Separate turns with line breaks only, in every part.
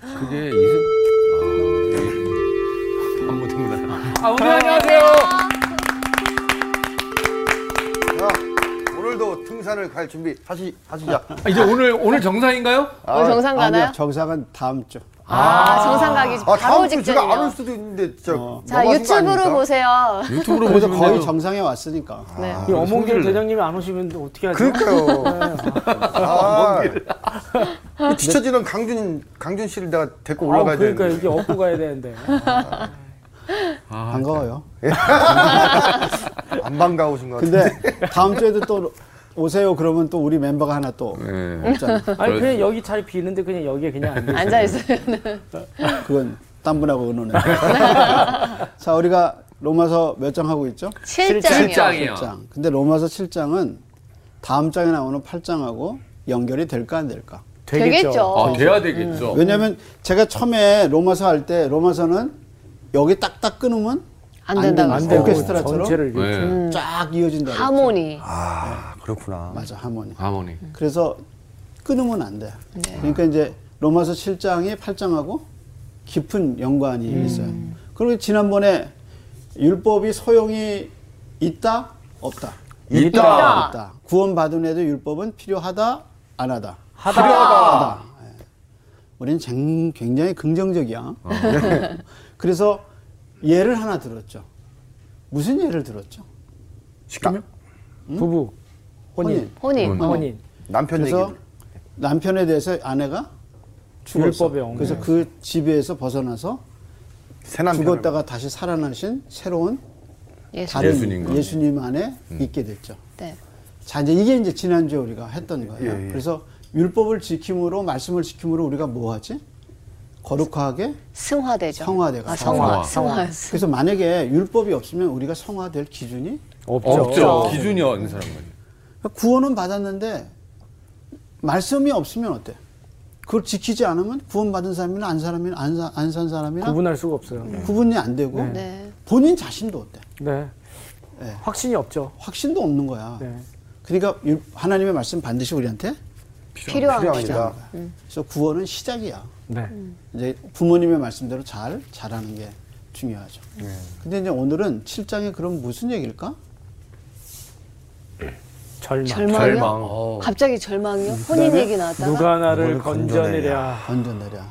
그게 이승 아, 이게 안 보는구나.
아, 오늘 안녕하세요.
자, 오늘도 등산을 갈 준비 하시, 하시자.
아, 이제 오늘 오늘 정상인가요?
오늘 정상 가나요?
아니요, 정상은 다음 주.
아, 정상 가기
아,
바로
다음 주 제가 안
직전이요.
올
어.
수도 있는데 진짜
자,
너무하신 거
유튜브로
아닙니까?
보세요.
유튜브로
그래서
보시면
거의
돼요.
정상에 왔으니까.
네.
이그 어몽길
성질을 내.
대장님이 안 오시면 어떻게 하죠?
그러니까요. 아, 이 뒤처지는 강준 강준 씨를 내가 데리고 올라가야
아, 그러니까
되는데.
여기 업고 가야 되는데.
아,
반가워요.
안 반가우신 것 같은데.
근데 다음 주에도 또 오세요 그러면 또 우리 멤버가 하나 또
네.
있잖아.
아니 그냥 여기 자리 비는데 그냥 여기에 그냥 앉아.
앉아 있어요.
그건 딴 분하고 의논해. 자, 우리가 로마서 몇 장 하고 있죠?
7장이요.
실장이요.
7장. 근데 로마서 7장은 다음 장에 나오는 8장하고 연결이 될까 안 될까?
되겠죠.
아, 돼야 되겠죠.
왜냐면 제가 처음에 로마서 할 때 로마서는 여기 딱딱 끊으면
안 된다고
되는
안
거예요.
되고
아, 오케스트라처럼
전체를 이렇게.
네.
쫙 이어진다. 그랬죠.
하모니.
아, 그렇구나.
맞아, 하모니.
하모니.
그래서 끊으면 안 돼. 그러니까 이제 로마서 7장이 8장하고 깊은 연관이 있어요. 그리고 지난번에 율법이 소용이 있다 없다
있다.
없다 구원받은 애도 율법은 필요하다 안 하다 예.
필요하다.
우리는 쟁- 굉장히 긍정적이야.
어, 네.
그래서 예를 하나 들었죠. 무슨 예를 들었죠?
시키면
부부 혼인
혼인. 어,
혼.
혼인,
남편 얘기.
그래서 남편에 대해서 아내가 죽었어.
율법의 엉.
그래서 그 지배에서 벗어나서
새 남편.
죽었다가 다시 살아나신 새로운
예수.
다른
예수님과.
예수님, 안에 있게 됐죠.
네.
자 이제 이게 이제 지난주에 우리가 했던 거예요.
예, 예.
그래서 율법을 지킴으로 말씀을 지킴으로 우리가 뭐 하지? 거룩하게
승화되죠.
성화돼가. 음.
아, 성화.
성화.
성화.
그래서 만약에 율법이 없으면 우리가 성화될 기준이 그러니까
없죠.
없죠. 기준이 없는 사람은.
구원은 받았는데 말씀이 없으면 어때? 그걸 지키지 않으면 구원받은 사람이나 안 사람이나 안산 사람이나
구분할 수가 없어요.
구분이 안 되고
네.
본인 자신도 어때?
네.
네.
확신이 없죠.
확신도 없는 거야.
네.
그러니까 율- 하나님의 말씀 반드시 우리한테
필요한 거죠. 음.
필요합니다.
그래서 구원은 시작이야.
네.
이제 부모님의 말씀대로 잘 잘하는 게 중요하죠. 근데 이제 오늘은 7장에 그럼 무슨 얘기일까?
절망.
절망이요?
절망. 어.
갑자기 절망이요? 혼인
그다음에
얘기 나왔다가
누가 나를
뭘 건져내랴.
건져내랴.
건져 내려.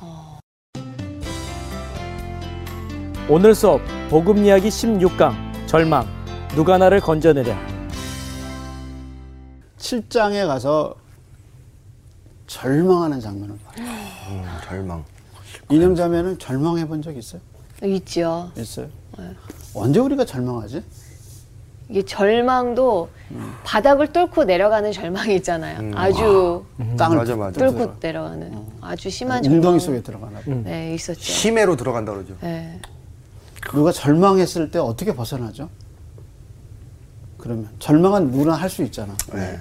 오늘 수업 복음 이야기 16강 절망. 누가 나를 건져내랴.
7장에 가서 절망하는 장면을 봐.
음, 절망.
이념 자매는 절망해 본 적 있어요?
있죠.
있어요. 언제 우리가 절망하지?
이게 절망도 바닥을 뚫고 내려가는 절망이 있잖아요. 아주 음.
땅을
맞아, 맞아.
뚫고 내려가는 아주 심한 절망.
웅덩이 속에 들어가나 봐.
네, 있었죠.
심해로 들어간다 그러죠.
네.
누가 절망했을 때 어떻게 벗어나죠? 그러면 절망은 누구나 할 수 있잖아.
네.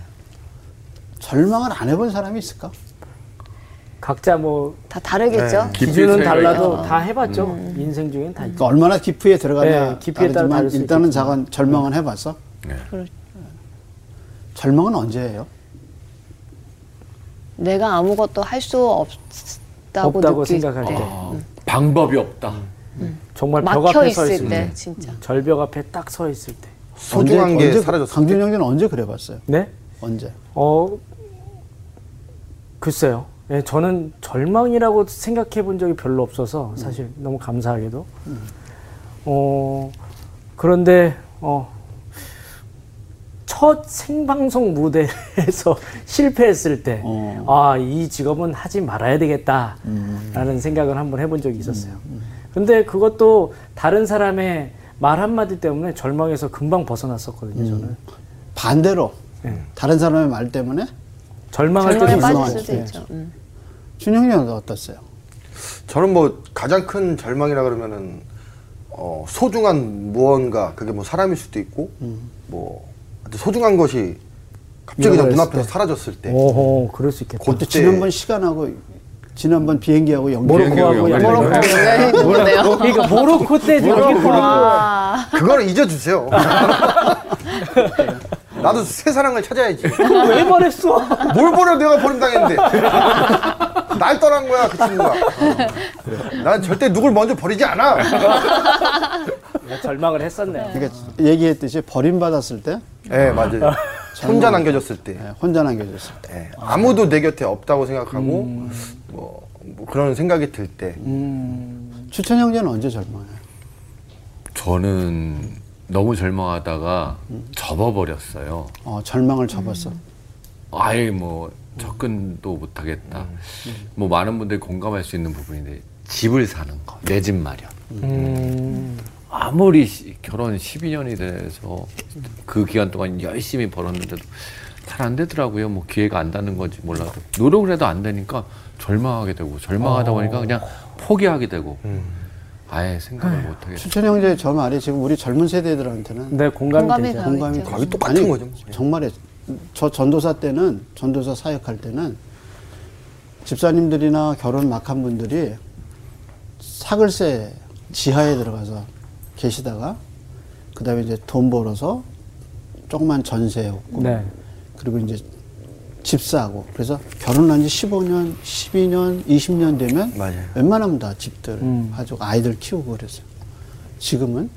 절망을 안 해본 사람이 있을까?
각자 뭐
다 다르겠죠.
기준은
깊이
달라도
어.
다 해봤죠.
음.
인생 중엔 다.
그러니까 얼마나 깊이에 들어가냐
네, 깊이에 따라
다르지만
다를 수
일단은
있겠지만. 네.
자건 절망은 해봤어.
그렇죠.
절망은 언제예요?
내가 아무것도 할 수 없다고,
없다고
느낄 어,
생각할 때.
아, 방법이 없다.
음.
정말 벽
막혀
앞에 서
있을 때
있을 때. 음.
진짜
절벽 앞에 딱 서 있을 때.
소중한
언제-
게
언제-
사라졌어.
강준 형제는 언제 그래봤어요?
네?
언제?
어 글쎄요. 예, 저는 절망이라고 생각해 본 적이 별로 없어서 사실
음.
너무 감사하게도. 어 그런데 어 첫 생방송 무대에서 실패했을 때,
어.
아, 이 직업은 하지 말아야 되겠다라는
음.
생각을 한번 해본 적이 있었어요. 근데 그것도 다른 사람의 말 한마디 때문에 절망에서 금방 벗어났었거든요,
음.
저는.
반대로 다른 사람의 말 때문에
절망할 때도
절망에
있었어요.
빠질 수도
때.
있죠. 음.
준형이 형은 어땠어요?
저는 뭐 가장 큰 절망이라 그러면은 어, 소중한 무언가 그게 뭐 사람일 수도 있고 뭐 하여튼 소중한 것이 갑자기 그냥
잃어버렸을
눈앞에서 사라졌을 때
오호, 그럴 수 있겠다.
곧-
그때
그때-
지난번 시간하고 지난번 비행기하고 연결
모로코하고
비행기하고
연결.
연결이
모로코. 그러니까 모로코 때 이렇게 보는
아,
그걸 잊어주세요. 나도 새 사랑을 찾아야지.
왜 버렸어?
뭘 보려 내가 버림당했는데. 날 떠난 거야 그 친구가. 어. 난 절대 누굴 먼저 버리지 않아.
뭐 절망을 했었네요.
그러니까 얘기했듯이 버림받았을 때
예 맞아요. 혼자 남겨졌을 때.
예, 혼자 남겨졌을 때.
예, 아무도 내 곁에 없다고 생각하고 뭐, 뭐 그런 생각이 들 때.
추천 형제는 언제 절망해요?
저는 너무 절망하다가 접어버렸어요.
어, 절망을 접었어.
음.
아예 뭐 접근도 못하겠다.
음,
뭐 많은 분들이 공감할 수 있는 부분인데 집을 사는 거, 내 집 마련.
음.
아무리 시- 결혼 12년이 돼서 그 기간 동안 열심히 벌었는데도 잘 안 되더라고요. 뭐 기회가 안 닿는 건지 몰라도 노력을 해도 안 되니까 절망하게 되고 절망하다
어.
보니까 그냥 포기하게 되고
음.
아예 생각을 못 하게.
추천 형제의 저 말이 지금 우리 젊은 세대들한테는
네, 공감이
공감이
되죠.
가요.
공감이
있죠.
가-
네. 거의 똑같은
아니,
거죠. 뭐.
정말에 저 전도사 때는 전도사 사역할 때는 집사님들이나 결혼 막한 분들이 사글세 지하에 들어가서 계시다가 그다음에 이제 돈 벌어서 조그만 전세 얻고
네.
그리고 이제 집 사고 그래서 결혼한 지 15년, 12년, 20년 되면
맞아요.
웬만하면 다 집들
음.
가지고 아이들 키우고 그랬어요. 지금은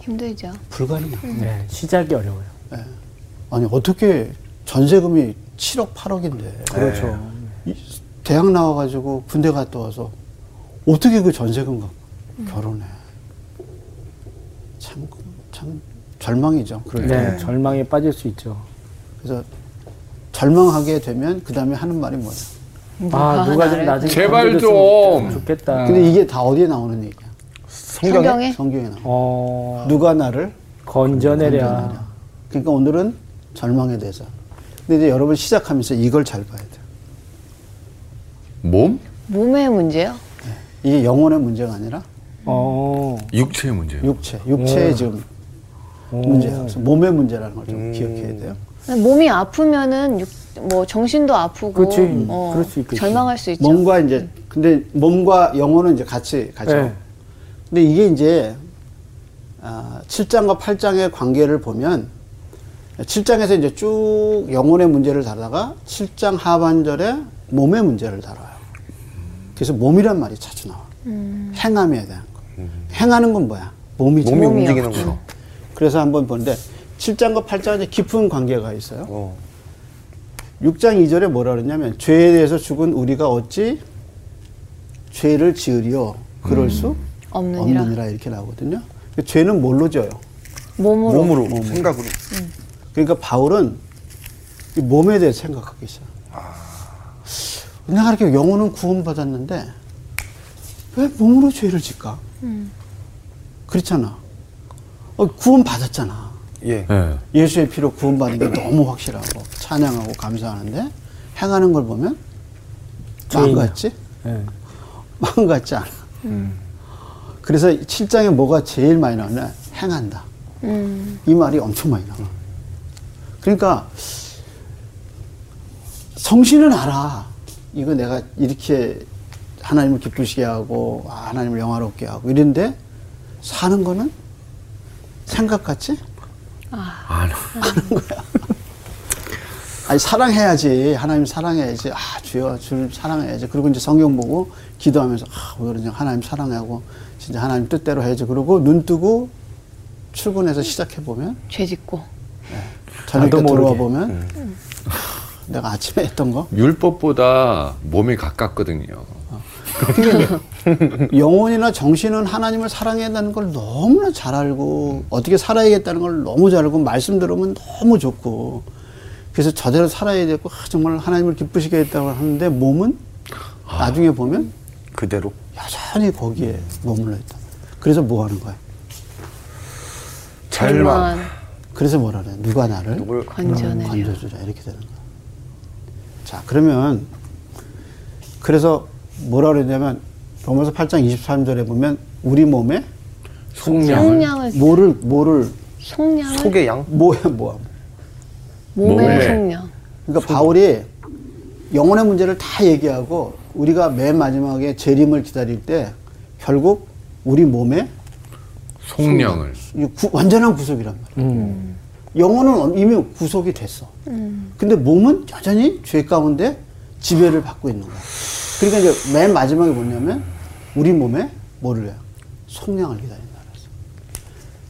힘들죠.
불가능해요.
네, 시작이 어려워요.
예. 아니 어떻게 전세금이 7억 8억인데
그렇죠.
대학 나와가지고 군대 갔다 와서 어떻게 그 전세금 갖고 결혼해? 참 참 절망이죠. 그럴 때.
네, 절망에 빠질 수 있죠.
그래서 절망하게 되면 그 다음에 하는 말이 뭐예요?
아, 누가 좀
나를
나중에
제발
건드렸으면
좀.
좋겠다.
음. 근데 이게 다 어디에 나오는 얘기야?
성경에
성경에 나와.
어,
누가 나를
건져내랴.
그러니까 오늘은 절망에 대해서. 근데 이제 여러분 시작하면서 이걸 잘 봐야 돼요.
몸?
몸의 문제요?
이게 영혼의 문제가 아니라
어,
육체의 문제. 요
육체, 육체의 지금 문제야. 그래서 몸의 문제라는 걸 좀
음.
기억해야 돼요.
몸이 아프면은 육, 뭐 정신도 아프고 어,
그치. 그럴 수 있겠지.
절망할 수 있죠.
몸과 이제 근데 몸과 영혼은 이제 같이 가죠.
네.
근데 이게 이제 아, 7장과 8장의 관계를 보면 7장에서 이제 쭉 영혼의 문제를 다루다가 7장 하반절에 몸의 문제를 다뤄요. 그래서 몸이란 말이 자주 나와. 행함에 대한 거. 행하는 건 뭐야? 몸이죠.
몸이
음. 몸이요.
움직이는 거죠.
그래서 한번 보는데 7장과 8장에 깊은 관계가 있어요.
어.
6장 2절에 뭐라 그러냐면 죄에 대해서 죽은 우리가 어찌 죄를 지으리요 그럴 수
없느니라.
없느니라 이렇게 나오거든요. 그 죄는 뭘로 져요?
몸으로.
몸으로, 생각으로.
그러니까 바울은 이 몸에 대해 생각하기 시작. 내가 이렇게 영혼은 구원받았는데 왜 몸으로 죄를 질까?
음.
그렇잖아. 어, 구원 받았잖아.
예.
네.
예수의 피로 구원받는 게 너무 확실하고 찬양하고 감사하는데 행하는 걸 보면 마음
죄인이야.
같지?
네.
마음 같지 않아. 그래서 7장에 뭐가 제일 많이 나오냐? 행한다.
음.
이 말이 엄청 많이 나와. 그러니까 성신은 알아. 이거 내가 이렇게 하나님을 기쁘시게 하고 아, 하나님을 영화롭게 하고 이런데 사는 거는 생각 같지?
아,
아니 사랑해야지 하나님 사랑해야지 아 주여 주를 사랑해야지 그리고 이제 성경 보고 기도하면서 아 오늘은 그냥 하나님 사랑하고 진짜 하나님 뜻대로 해야지 그러고 눈 뜨고 출근해서 시작해 보면
죄 짓고.
저녁 때
나도 모르게.
돌아와 보면 하, 내가 아침에 했던 거
음. 율법보다 몸이 가깝거든요.
어. 그러니까 영혼이나 정신은 하나님을 사랑해야다는 걸 너무나 잘 알고 어떻게 살아야겠다는 걸 너무 잘 알고 말씀 들으면 너무 좋고 그래서 저대로 살아야 되고 아, 정말 하나님을 기쁘시게 했다고 하는데 몸은
아.
나중에 보면
그대로.
여전히 거기에 머물러 있다. 그래서 뭐 하는 거야?
잘만.
그래서 뭐라 그래? 누가 나를
누굴
건져내려.
음, 건져주라 이렇게 되는 거야. 자, 그러면 그래서 뭐라 그러냐면 로마서 8장 23절에 보면 우리 몸에
속량을
속량을
뭐를 뭐를
속량을
속의 양.
뭐야 뭐야.
몸의
몸에.
속량.
그러니까 바울이 영혼의 문제를 다 얘기하고 우리가 맨 마지막에 재림을 기다릴 때 결국 우리 몸에
속량을
이 구- 완전한 구속이란 말이야. 영혼은 이미 구속이 됐어. 근데 몸은 여전히 죄 가운데 지배를 받고 있는 거야. 그러니까 이제 맨 마지막에 뭐냐면 우리 몸에 뭐를 해요? 속량을 기다린다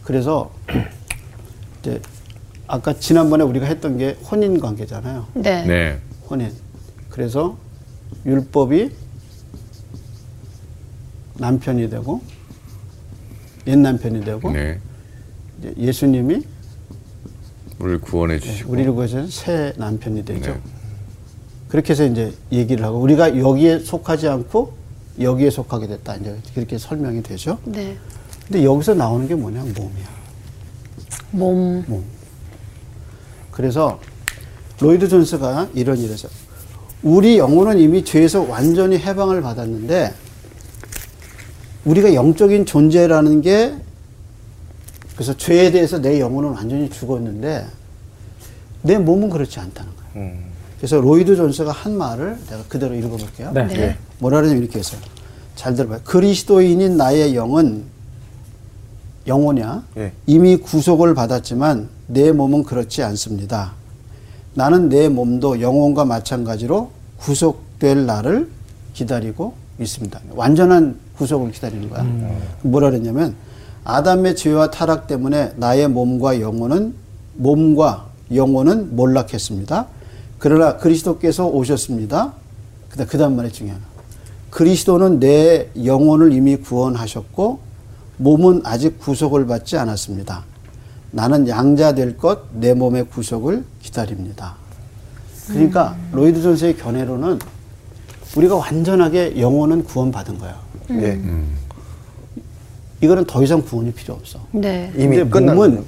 그래서. 그래서 이제 아까 지난번에 우리가 했던 게 혼인 관계잖아요.
네.
네.
혼인. 그래서 율법이 남편이 되고 옛 남편이 되고
네.
이제 예수님이 네,
우리를 구원해 주시고.
우리를 구해서 새 남편이 되죠.
네.
그렇게 해서 이제 얘기를 하고 우리가 여기에 속하지 않고 여기에 속하게 됐다. 이제 그렇게 설명이 되죠.
네.
근데 여기서 나오는 게 뭐냐 몸이야.
몸.
그래서 로이드 존스가 이런 일에서 우리 영혼은 이미 죄에서 완전히 해방을 받았는데 우리가 영적인 존재라는 게 그래서 죄에 대해서 내 영혼은 완전히 죽었는데 내 몸은 그렇지 않다는 거예요.
음.
그래서 로이드 존스가 한 말을 내가 그대로 읽어볼게요.
네.
네.
뭐라 그러냐면 이렇게 했어요. 잘 들어봐요. 그리스도인인 나의 영은 영혼이야.
예.
이미 구속을 받았지만 내 몸은 그렇지 않습니다. 나는 내 몸도 영혼과 마찬가지로 구속될 날을 기다리고 있습니다. 완전한 구속을 기다리는 거야. 뭐라 그랬냐면 아담의 죄와 타락 때문에 나의 몸과 영혼은 몸과 영혼은 몰락했습니다. 그러나 그리스도께서 오셨습니다. 그다- 그 다음 말이 중요한 거. 그리스도는 내 영혼을 이미 구원하셨고 몸은 아직 구속을 받지 않았습니다. 나는 양자 될 것 내 몸의 구속을 기다립니다. 그러니까 로이드 존스의 견해로는 우리가 완전하게 영혼은 구원받은 거야.
예.
이거는 더 이상 구원이 필요 없어.
네.
이미
근데
끝난
몸은
거네요.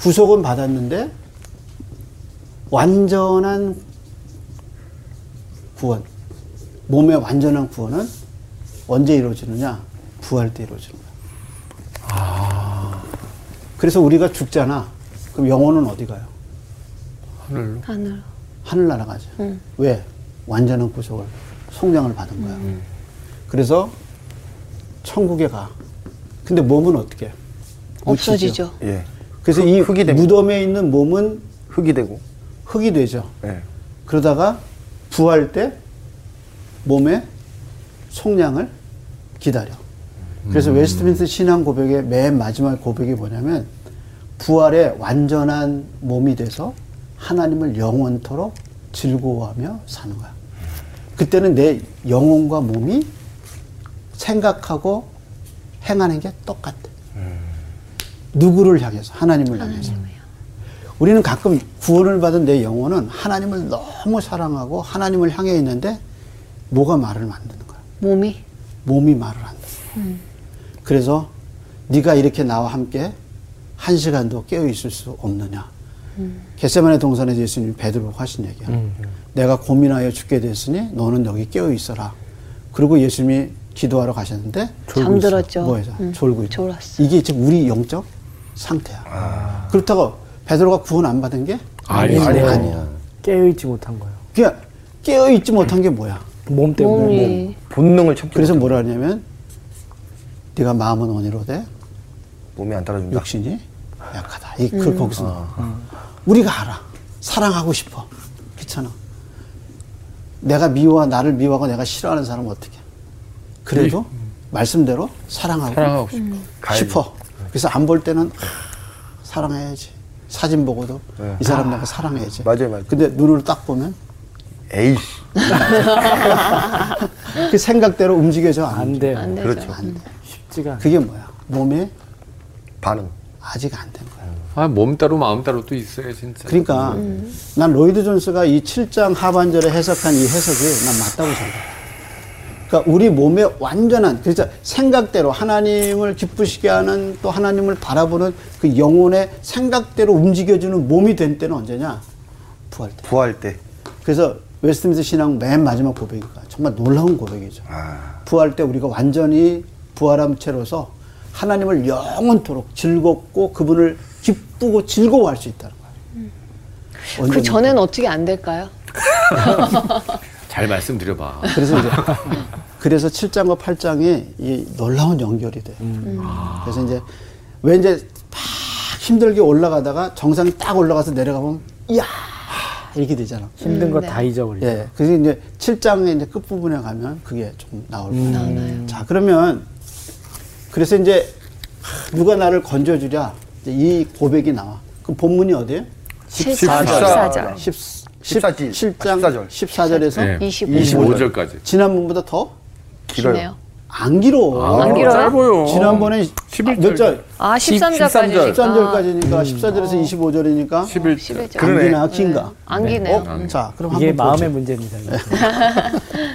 구속은 받았는데 완전한 구원, 몸의 완전한 구원은 언제 이루어지느냐? 부활 때 이루어지는 거야.
아.
그래서 우리가 죽잖아. 그럼 영혼은 어디 가요?
하늘로.
하늘.
하늘 날아가죠. 왜? 완전한 구속을, 성장을 받은 거야.
음.
그래서 천국에 가. 근데 몸은 어떻게? 해? 묻히죠.
없어지죠.
예.
그래서 이 무덤에 있는 몸은
흙이 되고.
흙이 되죠.
예.
그러다가 부활 때 몸에 속량을 기다려. 그래서 웨스트민스 신앙 고백의 맨 마지막 고백이 뭐냐면 부활의 완전한 몸이 돼서 하나님을 영원토록 즐거워하며 사는 거야. 그때는 내 영혼과 몸이 생각하고 행하는 게 똑같아. 누구를 향해서? 하나님을 향해서. 우리는 가끔 구원을 받은 내 영혼은 하나님을 너무 사랑하고 하나님을 향해 있는데 뭐가 말을 만드는 거야.
몸이.
몸이 말을 한다. 그래서 네가 이렇게 나와 함께 한 시간도 깨어 있을 수 없느냐. 겟세만의 동산에서 예수님이 베드로가 하신 얘기야. 내가 고민하여 죽게 됐으니 너는 여기 깨어 있어라. 그리고 예수님이 기도하러 가셨는데
잠들었죠.
뭐해서
음.
졸고 있다.
졸았어.
이게 지금 우리 영적 상태야. 그렇다고 베드로가 구원 안 받은 게
아니요.
아니야.
깨어있지 못한 거예요.
그냥 깨어 있지 못한 게 뭐야?
몸 때문에.
몸이.
본능을 참지
그래서 뭐라 하냐면 네가 마음은 원이로되
몸이 안 따라준다.
육신이 약하다. 이, 그, 거기서. 나와. 우리가 알아. 사랑하고 싶어. 그렇잖아. 내가 미워, 나를 미워하고 내가 싫어하는 사람은 어떻게? 해? 그래도 말씀대로 사랑하고,
사랑하고 싶어.
싶어. 그래서 안 볼 때는 아, 사랑해야지. 사진 보고도
네.
이 사람 내가 사랑해야지.
맞아요, 맞아요.
근데 눈으로 딱 보면
에이씨.
그 생각대로 움직여져 안,
안
돼.
돼요.
안 되죠.
그렇죠.
안 돼.
쉽지가 않아요.
그게 뭐야? 몸에
반응.
아직 안 된 거야.
아, 몸 따로 마음 따로 또 있어요, 진짜.
그러니까 난 로이드 존스가 이 7장 하반절에 해석한 이 해석이 난 맞다고 생각해. 그러니까 우리 몸의 완전한 그러니까 생각대로 하나님을 기쁘시게 하는 또 하나님을 바라보는 그 영혼의 생각대로 움직여주는 몸이 된 때는 언제냐? 부활 때.
부활 때.
그래서 웨스트민스 신앙 맨 마지막 고백이니까 정말 놀라운 고백이죠.
아.
부활 때 우리가 완전히 부활함 채로서 하나님을 영원토록 즐겁고 그분을 기쁘고 즐거워할 수 있다는 거예요.
그
언제나.
전에는 어떻게 안 될까요?
잘 말씀드려봐.
그래서 이제 그래서 7장과 8장이 이 놀라운 연결이 돼요. 그래서 이제 왜 이제 막 힘들게 올라가다가 정상이 딱 올라가서 내려가면 이야 이렇게 되잖아.
힘든
음,
거
네.
다 잊어버리죠.
예. 그래서 이제 7장의 이제 끝부분에 가면 그게 좀 나올 겁니다. 자, 그러면 그래서 이제 하, 누가 나를 건져주랴? 이제 이 고백이 나와. 그 본문이 어디예요?
14
절. 14절. 아,
17장 14절에서
네.
25.
25절 까지.
지난번보다 더 안
기네요.
길어.
안 길어요?
짧아요.
지난번에
십일 아.
몇
절.
절?
아 13절까지.
13절까지니까 14절에서 25절이니까
11절.
11절.
안기나 긴가?
안기네요.
어? 자, 그럼
이게
한번
마음의
마음에
문제입니다. 이거.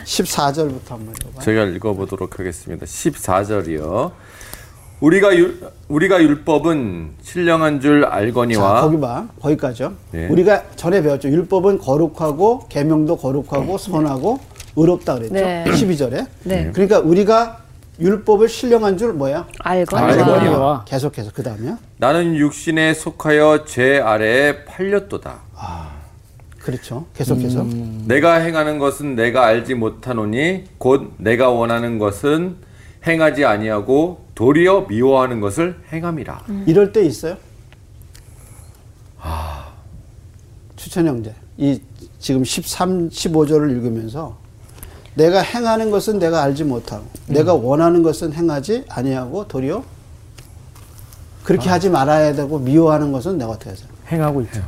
14절부터 한번 읽어봐.
제가 읽어보도록 하겠습니다. 14절이요. 우리가 율, 우리가 율법은 신령한 줄
자,
알거니와
거기 봐. 거기까지요.
네.
우리가 전에 배웠죠. 율법은 거룩하고 계명도 거룩하고 선하고 의롭다 그랬죠.
네.
12절에.
네.
그러니까 우리가 율법을 신령한 줄 뭐야?
알거니와.
아,
알거니와.
알거니와.
계속해서 그다음에
나는 육신에 속하여 죄 아래에 팔렸도다.
그렇죠. 계속해서.
음.
내가 행하는 것은 내가 알지 못하노니 곧 내가 원하는 것은 행하지 아니하고 도리어 미워하는 것을 행함이라.
이럴 때 있어요?
아.
추천 형제. 이 지금 13, 15절을 읽으면서 내가 행하는 것은 내가 알지 못하고
음.
내가 원하는 것은 행하지 아니하고 도리어 그렇게 하지 말아야 되고 미워하는 것은 내가 어떻게 해서
행하고 있죠.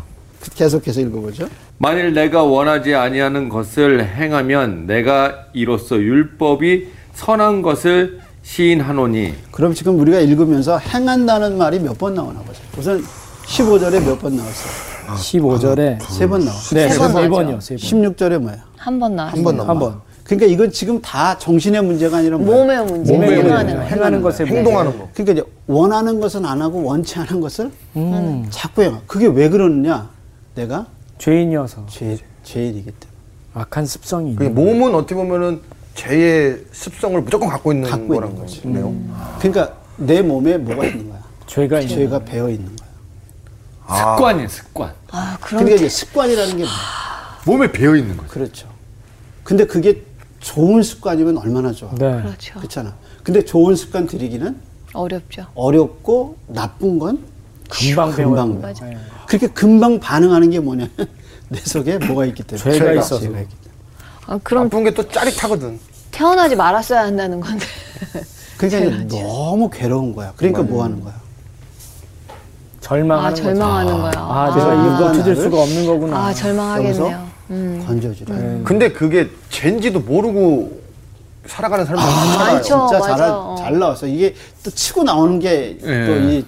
계속해서 읽어보죠.
만일 내가 원하지 아니하는 것을 행하면 내가 이로써 율법이 선한 것을 시인하노니
그럼 지금 우리가 읽으면서 행한다는 말이 몇 번 나오나 보자. 우선 15절에 몇 번 나왔어요?
15절에
세 번 나왔어요.
네,
세번
세
하죠.
번이요. 세 번.
16절에 뭐야?
한번 나왔어요.
한번 넘어.
한 번. 그러니까 이건 지금 다 정신의 문제가 아니라 뭐야?
몸의 문제.
몸의
행하는
문제죠.
거.
행하는 것에
행동하는 거.
그러니까 이제 원하는 것은 안 하고 원치 않은 것을
음.
자꾸 해요. 그게 왜 그러느냐? 내가
죄인이어서
죄, 죄인이기 때문에.
악한 습성이
그게
있는
몸은 어떻게 보면은 죄의 습성을 무조건 갖고 있는
갖고
거란
있는
거지 음. 요
그러니까 내 몸에 뭐가 있는 거야?
죄가
음.
있는
죄가 배어 있는 거야.
아,
습관이에요 습관
아 그런
그러니까 이제 습관이라는 게 뭐야?
몸에 배어 있는 거죠.
그렇죠. 근데 그게 좋은 습관이면 얼마나 좋아.
네.
그렇죠.
그렇잖아. 근데 좋은 습관 들이기는
어렵죠.
어렵고 나쁜 건
금방 배워.
금방 배워. 그렇게 금방 반응하는 게 뭐냐? 내 속에 뭐가 있기 때문에. 그러니까
죄가 있어서.
죄가 있기 때문에.
아, 그럼
아픈 게 또 짜릿하거든.
태어나지 말았어야 한다는 건데.
그러니까 이제 너무 괴로운 거야. 그러니까 뭐 하는 거야?
절망하는
아 절망하는 거야.
거죠. 아, 내가 이거
아.
멈춰질 수가 없는 거구나.
아 절망하겠네요. 음,
여기서
음.
건져주라.
근데 그게 젠지도 모르고 살아가는 사람들 많잖아요.
많죠.
진짜
맞아.
잘,
어.
잘 나왔어. 이게 또 치고 나오는 게 또 이
예.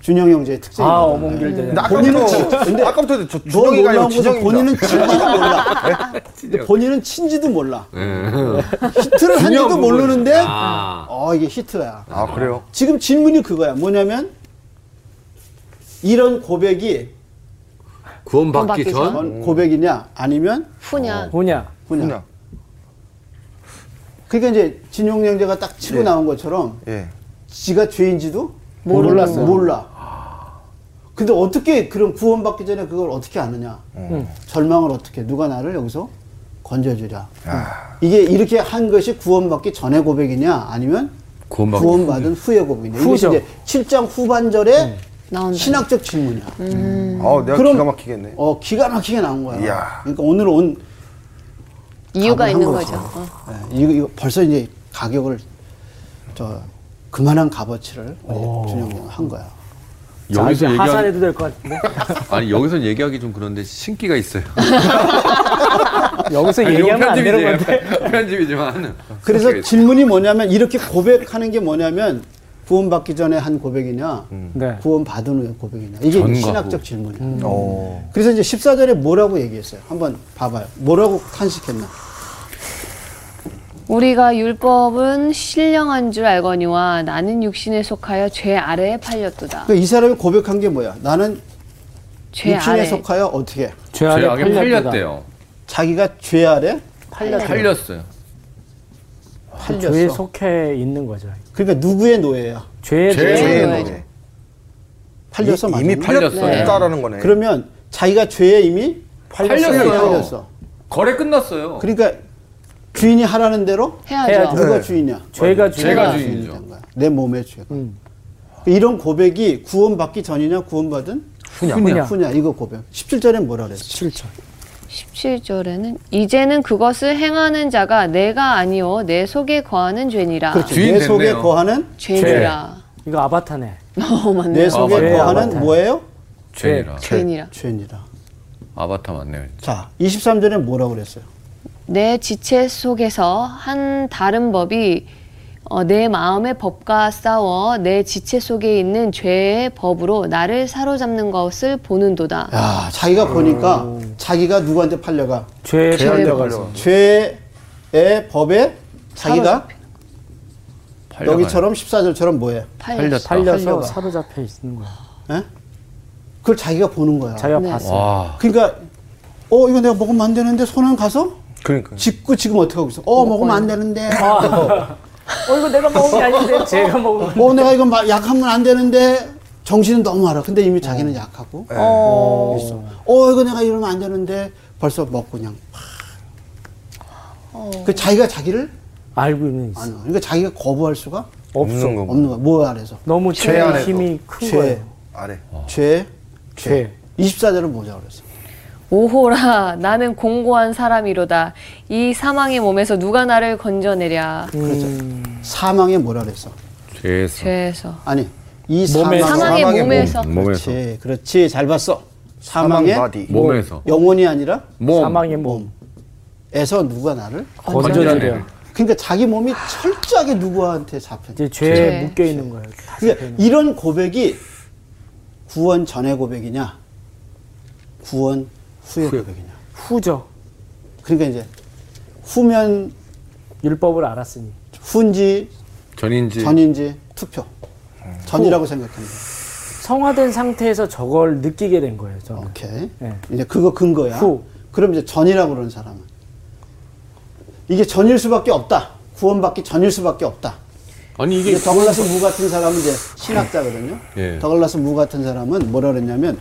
준영 형제의 특징이거든.
아, 어몽길대.
근데 아까부터 근데 아까부터 저 준영이가 아니고
서
진영입니다.
본인은 친지도 몰라. 근데 본인은 친지도 몰라. 예? 히트를 한지도
중요한
모르는데,
아.
어, 이게 히트야.
아 그래요?
지금 질문이 그거야. 뭐냐면, 이런 고백이
구원받기
구원받기
전
전?
건- 고백이냐, 아니면,
푸냐.
뭐냐?
그냥.
그냥
그러니까 이제 진용 형제가 딱
네.
치고 나온 것처럼,
예.
지가 죄인지도 몰랐어. 몰라.
아.
근데 어떻게 그런 구원받기 전에 그걸 어떻게 아느냐? 절망을 어떻게 누가 나를 여기서 건져주랴?
아.
이게 이렇게 한 것이 구원받기 전의 고백이냐 아니면
구원받기
구원받은 후의 고백이냐?
후죠. 네.
이게 이제 7장 후반절에
나온다.
신학적 질문이야.
아우 내가 기가 막히겠네.
어 기가 막히게 나온 거야.
이야.
그러니까 오늘 온
이유가
답을
있는
한
거죠.
거죠.
어.
예, 이거, 이거 벌써 이제 가격을 저 그만한 값어치를 우리 준영이 한 거야.
자, 이제
여기서 얘기하기
하산해도 될 것 같은데.
아니 여기서 얘기하기 좀 그런데 신기가 있어요
여기서
아니, 이건
얘기하면 안 되는 건데.
편집이지. 편집이지만
그래서
신기가 있어요.
질문이 뭐냐면 이렇게 고백하는 게 뭐냐면 구원받기 전에 한 고백이냐
네. 음.
구원받은 후의 고백이냐 이게
전과
신학적
후.
질문이에요
어.
그래서 이제 14절에 뭐라고 얘기했어요 한번 봐봐요 뭐라고 탄식했나
우리가 율법은 신령한 줄 알거니와 나는 육신에 속하여 죄 아래에 팔렸도다.
그러니까 이 사람이 고백한 게 뭐야 나는
죄
육신에
아래.
속하여 어떻게
죄
제
아래
악에
팔렸다.
팔렸대요
자기가 죄 아래
팔렸어요
죄에
팔렸어
아, 그 속해 있는 거죠.
그러니까 누구의 노예야
죄에
죄.
대해
죄의
노예.
노예.
팔려서 맞
이미 팔렸다라는 거네.
그러면 자기가 죄에 이미 팔렸어요
팔렸어요.
팔렸어
거래 끝났어요
그러니까 주인이 하라는 대로
해야죠.
누가
네.
주인이야
제가
죄가 죄가
주인이
주인이죠
된 거야. 내 몸의 죄가.
음.
이런 고백이 구원받기 전이냐 구원받은
후냐.
후냐 이거 고백. 17절에 뭐라 그랬어?
7절.
17절에는 이제는 그것을 행하는 자가 내가 아니요 내 속에 거하는 죄니라.
그렇죠.
아, 주인
내 속에
됐네요.
거하는
죄니라.
이거 아바타네.
어, 맞네.
내 속에
맞아요.
거하는
맞아요.
뭐예요?
죄니라.
죄니라.
죄니라.
아바타 맞네요.
자, 23절에 뭐라고 그랬어요?
내 지체 속에서 한 다른 법이 어, 내 마음의 법과 싸워 내 지체 속에 있는 죄의 법으로 나를 사로잡는 것을 보는도다.
아,
야, 자기가 보니까 자기가 누구한테 팔려가?
죄
죄-
걸려가서.
죄의 법에 자기가
사로잡혀-
팔려가요.
여기처럼 14절처럼 뭐해?
팔렸.
팔렸다.
살려서
팔려가.
사로잡혀 있는 거야.
예? 그걸 자기가 보는 거야.
자기가
네.
봤어.
와.
그러니까 어 이거 내가 먹으면 안 되는데 손은 가서
그러니까.
짓고 지금 어떻게 하고 있어? 어 먹으면 안 되는데.
어 이거 내가 먹은 게 아닌데 제가 먹은.
어 내가 이거 마- 약하면 안 되는데 정신은 너무 알아. 근데 이미 자기는 약하고.
어.
있어. 어 이거 내가 이러면 안 되는데 벌써 먹고 그냥. 그 자기가 자기를
알고는 있어.
안 알아. 그러니까 자기가 거부할 수가
없어.
없는 거
없는 거야. 뭐 아래서?
너무 죄의
죄안에
힘이 큰
죄,
거예요.
아래.
죄,
죄.
24절은 뭐냐 그랬어?
오호라 나는 공고한 사람이로다. 이 사망의 몸에서 누가 나를 건져내랴.
그렇죠. 사망에 뭐라 그랬어?
죄에서.
죄에서
아니 이
몸에-
음. 사망
사망의,
사망의 몸.
몸에서
몸에서.
그렇지, 그렇지 잘 봤어.
사망의
사망의
바디. 네.
몸에서.
영혼이 아니라
몸.
사망의 몸.
에서 누가 나를
건져내려.
건져내려.
그러니까 자기 몸이 철저하게 누구한테 잡혀
이제
죄.
죄에 묶여 있는 거예요. 다
그러니까 이런 고백이 구원 전의 고백이냐 구원 후의 고백이냐
후죠.
그러니까 이제 후면
율법을 알았으니.
후인지
전인지.
전인지 투표 전이라고 생각합니다
성화된 상태에서 저걸 느끼게 된 거예요. 저는.
어.
오케이
네.
이제 그거 근거야
후.
그럼 이제 전이라고 그러는 사람은 이게 전일 수밖에 없다 구원받기 전일 수밖에 없다
아니 이게
이게 더글라스 무 같은 사람은 이제 신학자거든요.
예.
더글라스 무 같은 사람은 뭐라 그랬냐면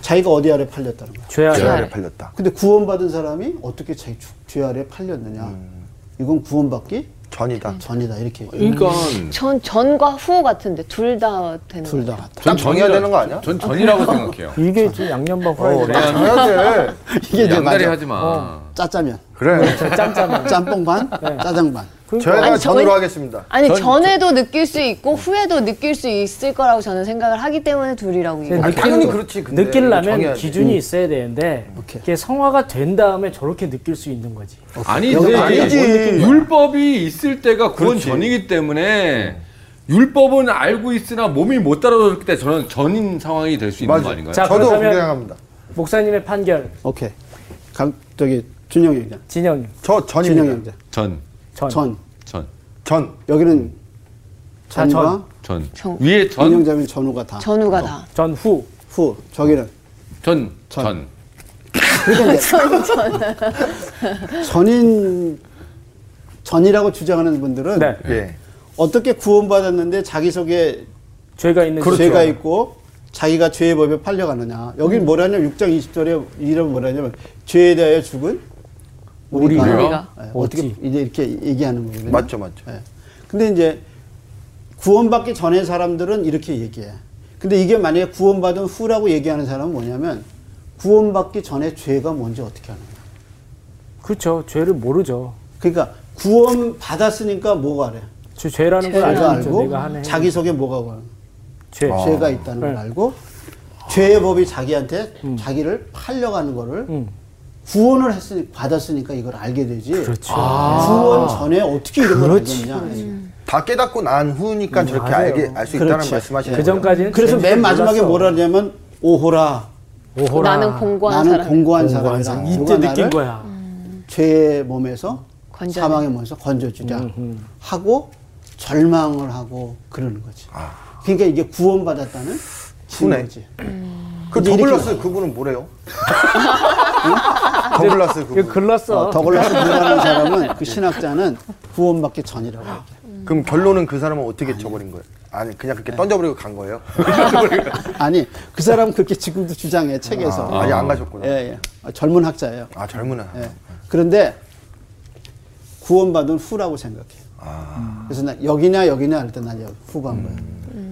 자기가 어디 아래 팔렸다는 거야.
죄
죄
아래.
아래 팔렸다.
근데 구원받은 사람이 어떻게 자기 주- 죄 아래 팔렸느냐.
음.
이건 구원받기
전이다.
전이다 이렇게
그러니까
전 전과 후 같은데 둘 다 되는
둘 다 같다.
딱 정해야
전이라-
되는 거 아니야?
전 전이라고 생각해요.
이게 지금 양념밥
어,
후라이드.
딱 정해야 돼.
이게 이제
음. 양다리
맞아. 어.
하지 마.
짜짜면,
그래.
짬짬.
짬뽕 반,
네.
짜장 반.
그러니까
저희가
아니,
전으로
저희-
하겠습니다.
아니 전에도 느낄 수 있고 후에도 느낄 수 있을 거라고 저는 생각을 하기 때문에 둘이라고 얘기해요.
아니, 당연히 그렇지, 음. 근데.
느끼려면
정해야 돼.
기준이 있어야 되는데
오케이.
이게 성화가 된 다음에 저렇게 느낄 수 있는 거지.
아니
여기
아니지.
아니지.
율법이 있을 때가 구원
그렇지.
전이기 때문에 율법은 알고 있으나 몸이 못 따라줬기 때문에 저는 전인 상황이 될 수 있는
맞아.
거 아닌가요?
자,
저도
그렇다면-
공개합니다.
목사님의 판결
오케이. 감, 저기 준영 형제,
진영님
저
준영
전입니다.
형제.
전,
전.
전
전,
전.
여기는
아,
자, 전.
전과
전.
전.
위에 전,
준영자면 전우가 다.
전후가 다.
전후
후 저기는
전, 전.
전인 전이라고 주장하는 분들은
네.
예.
어떻게 구원받았는데 자기 속에
죄가 있는
그렇죠.
지
네, 죄가 있고 자기가 죄의 법에 팔려가느냐. 여긴 뭐라냐면 6장 20절에 이런 뭐라냐면 죄에 대하여 죽은 우리가,
우리가.
예, 어떻게
어찌.
이제 이렇게 얘기하는 부분이에요.
맞죠, 맞죠.
예. 근데 이제 구원받기 전에 사람들은 이렇게 얘기해. 근데 이게 만약에 구원받은 후라고 얘기하는 사람은 뭐냐면 구원받기 전에 죄가 뭔지 어떻게 하느냐.
그렇죠. 죄를 모르죠.
그러니까 구원 받았으니까 뭐가 그래?
죄, 죄라는 걸
죄를
네, 알죠.
알고
내가 하는
자기 속에 뭐가 와?
죄.
어.
죄가 있다는 걸
네.
알고 죄의 법이 자기한테 자기를 팔려가는 거를
음.
구원을 했으니 받았으니까 이걸 알게 되지. 아.
그렇죠.
구원 전에 어떻게 이런 걸
그렇지. 음.
알겠냐?
다 깨닫고 난 후니까 저렇게
맞아요.
알게 알 수 있다는
그렇지.
말씀하시는
그
거예요.
전까지는
네. 그래서
죄인지도
맨 마지막에
몰랐어.
뭐라 하냐면 오호라
오호라.
나는 공고한 음.
나는
사람.
공고한
공고한
사람이다.
사람.
누가
이때
나를
느낀 거야.
죄의 몸에서
건져내.
사망의 몸에서 건져주자
음,
하고 절망을 하고 그러는 거지.
아.
그러니까 이게 구원받았다는
후네.
증거지.
그
이제 이렇게
더글라스 그분은 뭐래요? 응? 더글라스
이거
그분.
글렀어.
어, 더글라스
그러니까.
무라는 사람은 그 신학자는 구원받기 전이라고 얘기해.
그럼 결론은 그 사람은 어떻게 쳐버린 거예요? 아니 그냥 그렇게 던져버리고 간 거예요?
아니 그 사람 그렇게 지금도 주장해 책에서.
아, 아직 안 가셨구나.
예, 예. 아, 젊은 학자예요.
아 젊은아.
예. 그런데 구원받은 후라고 생각해.
아.
그래서 나 여기냐 여기냐 할 때 난 여기 후간 거야.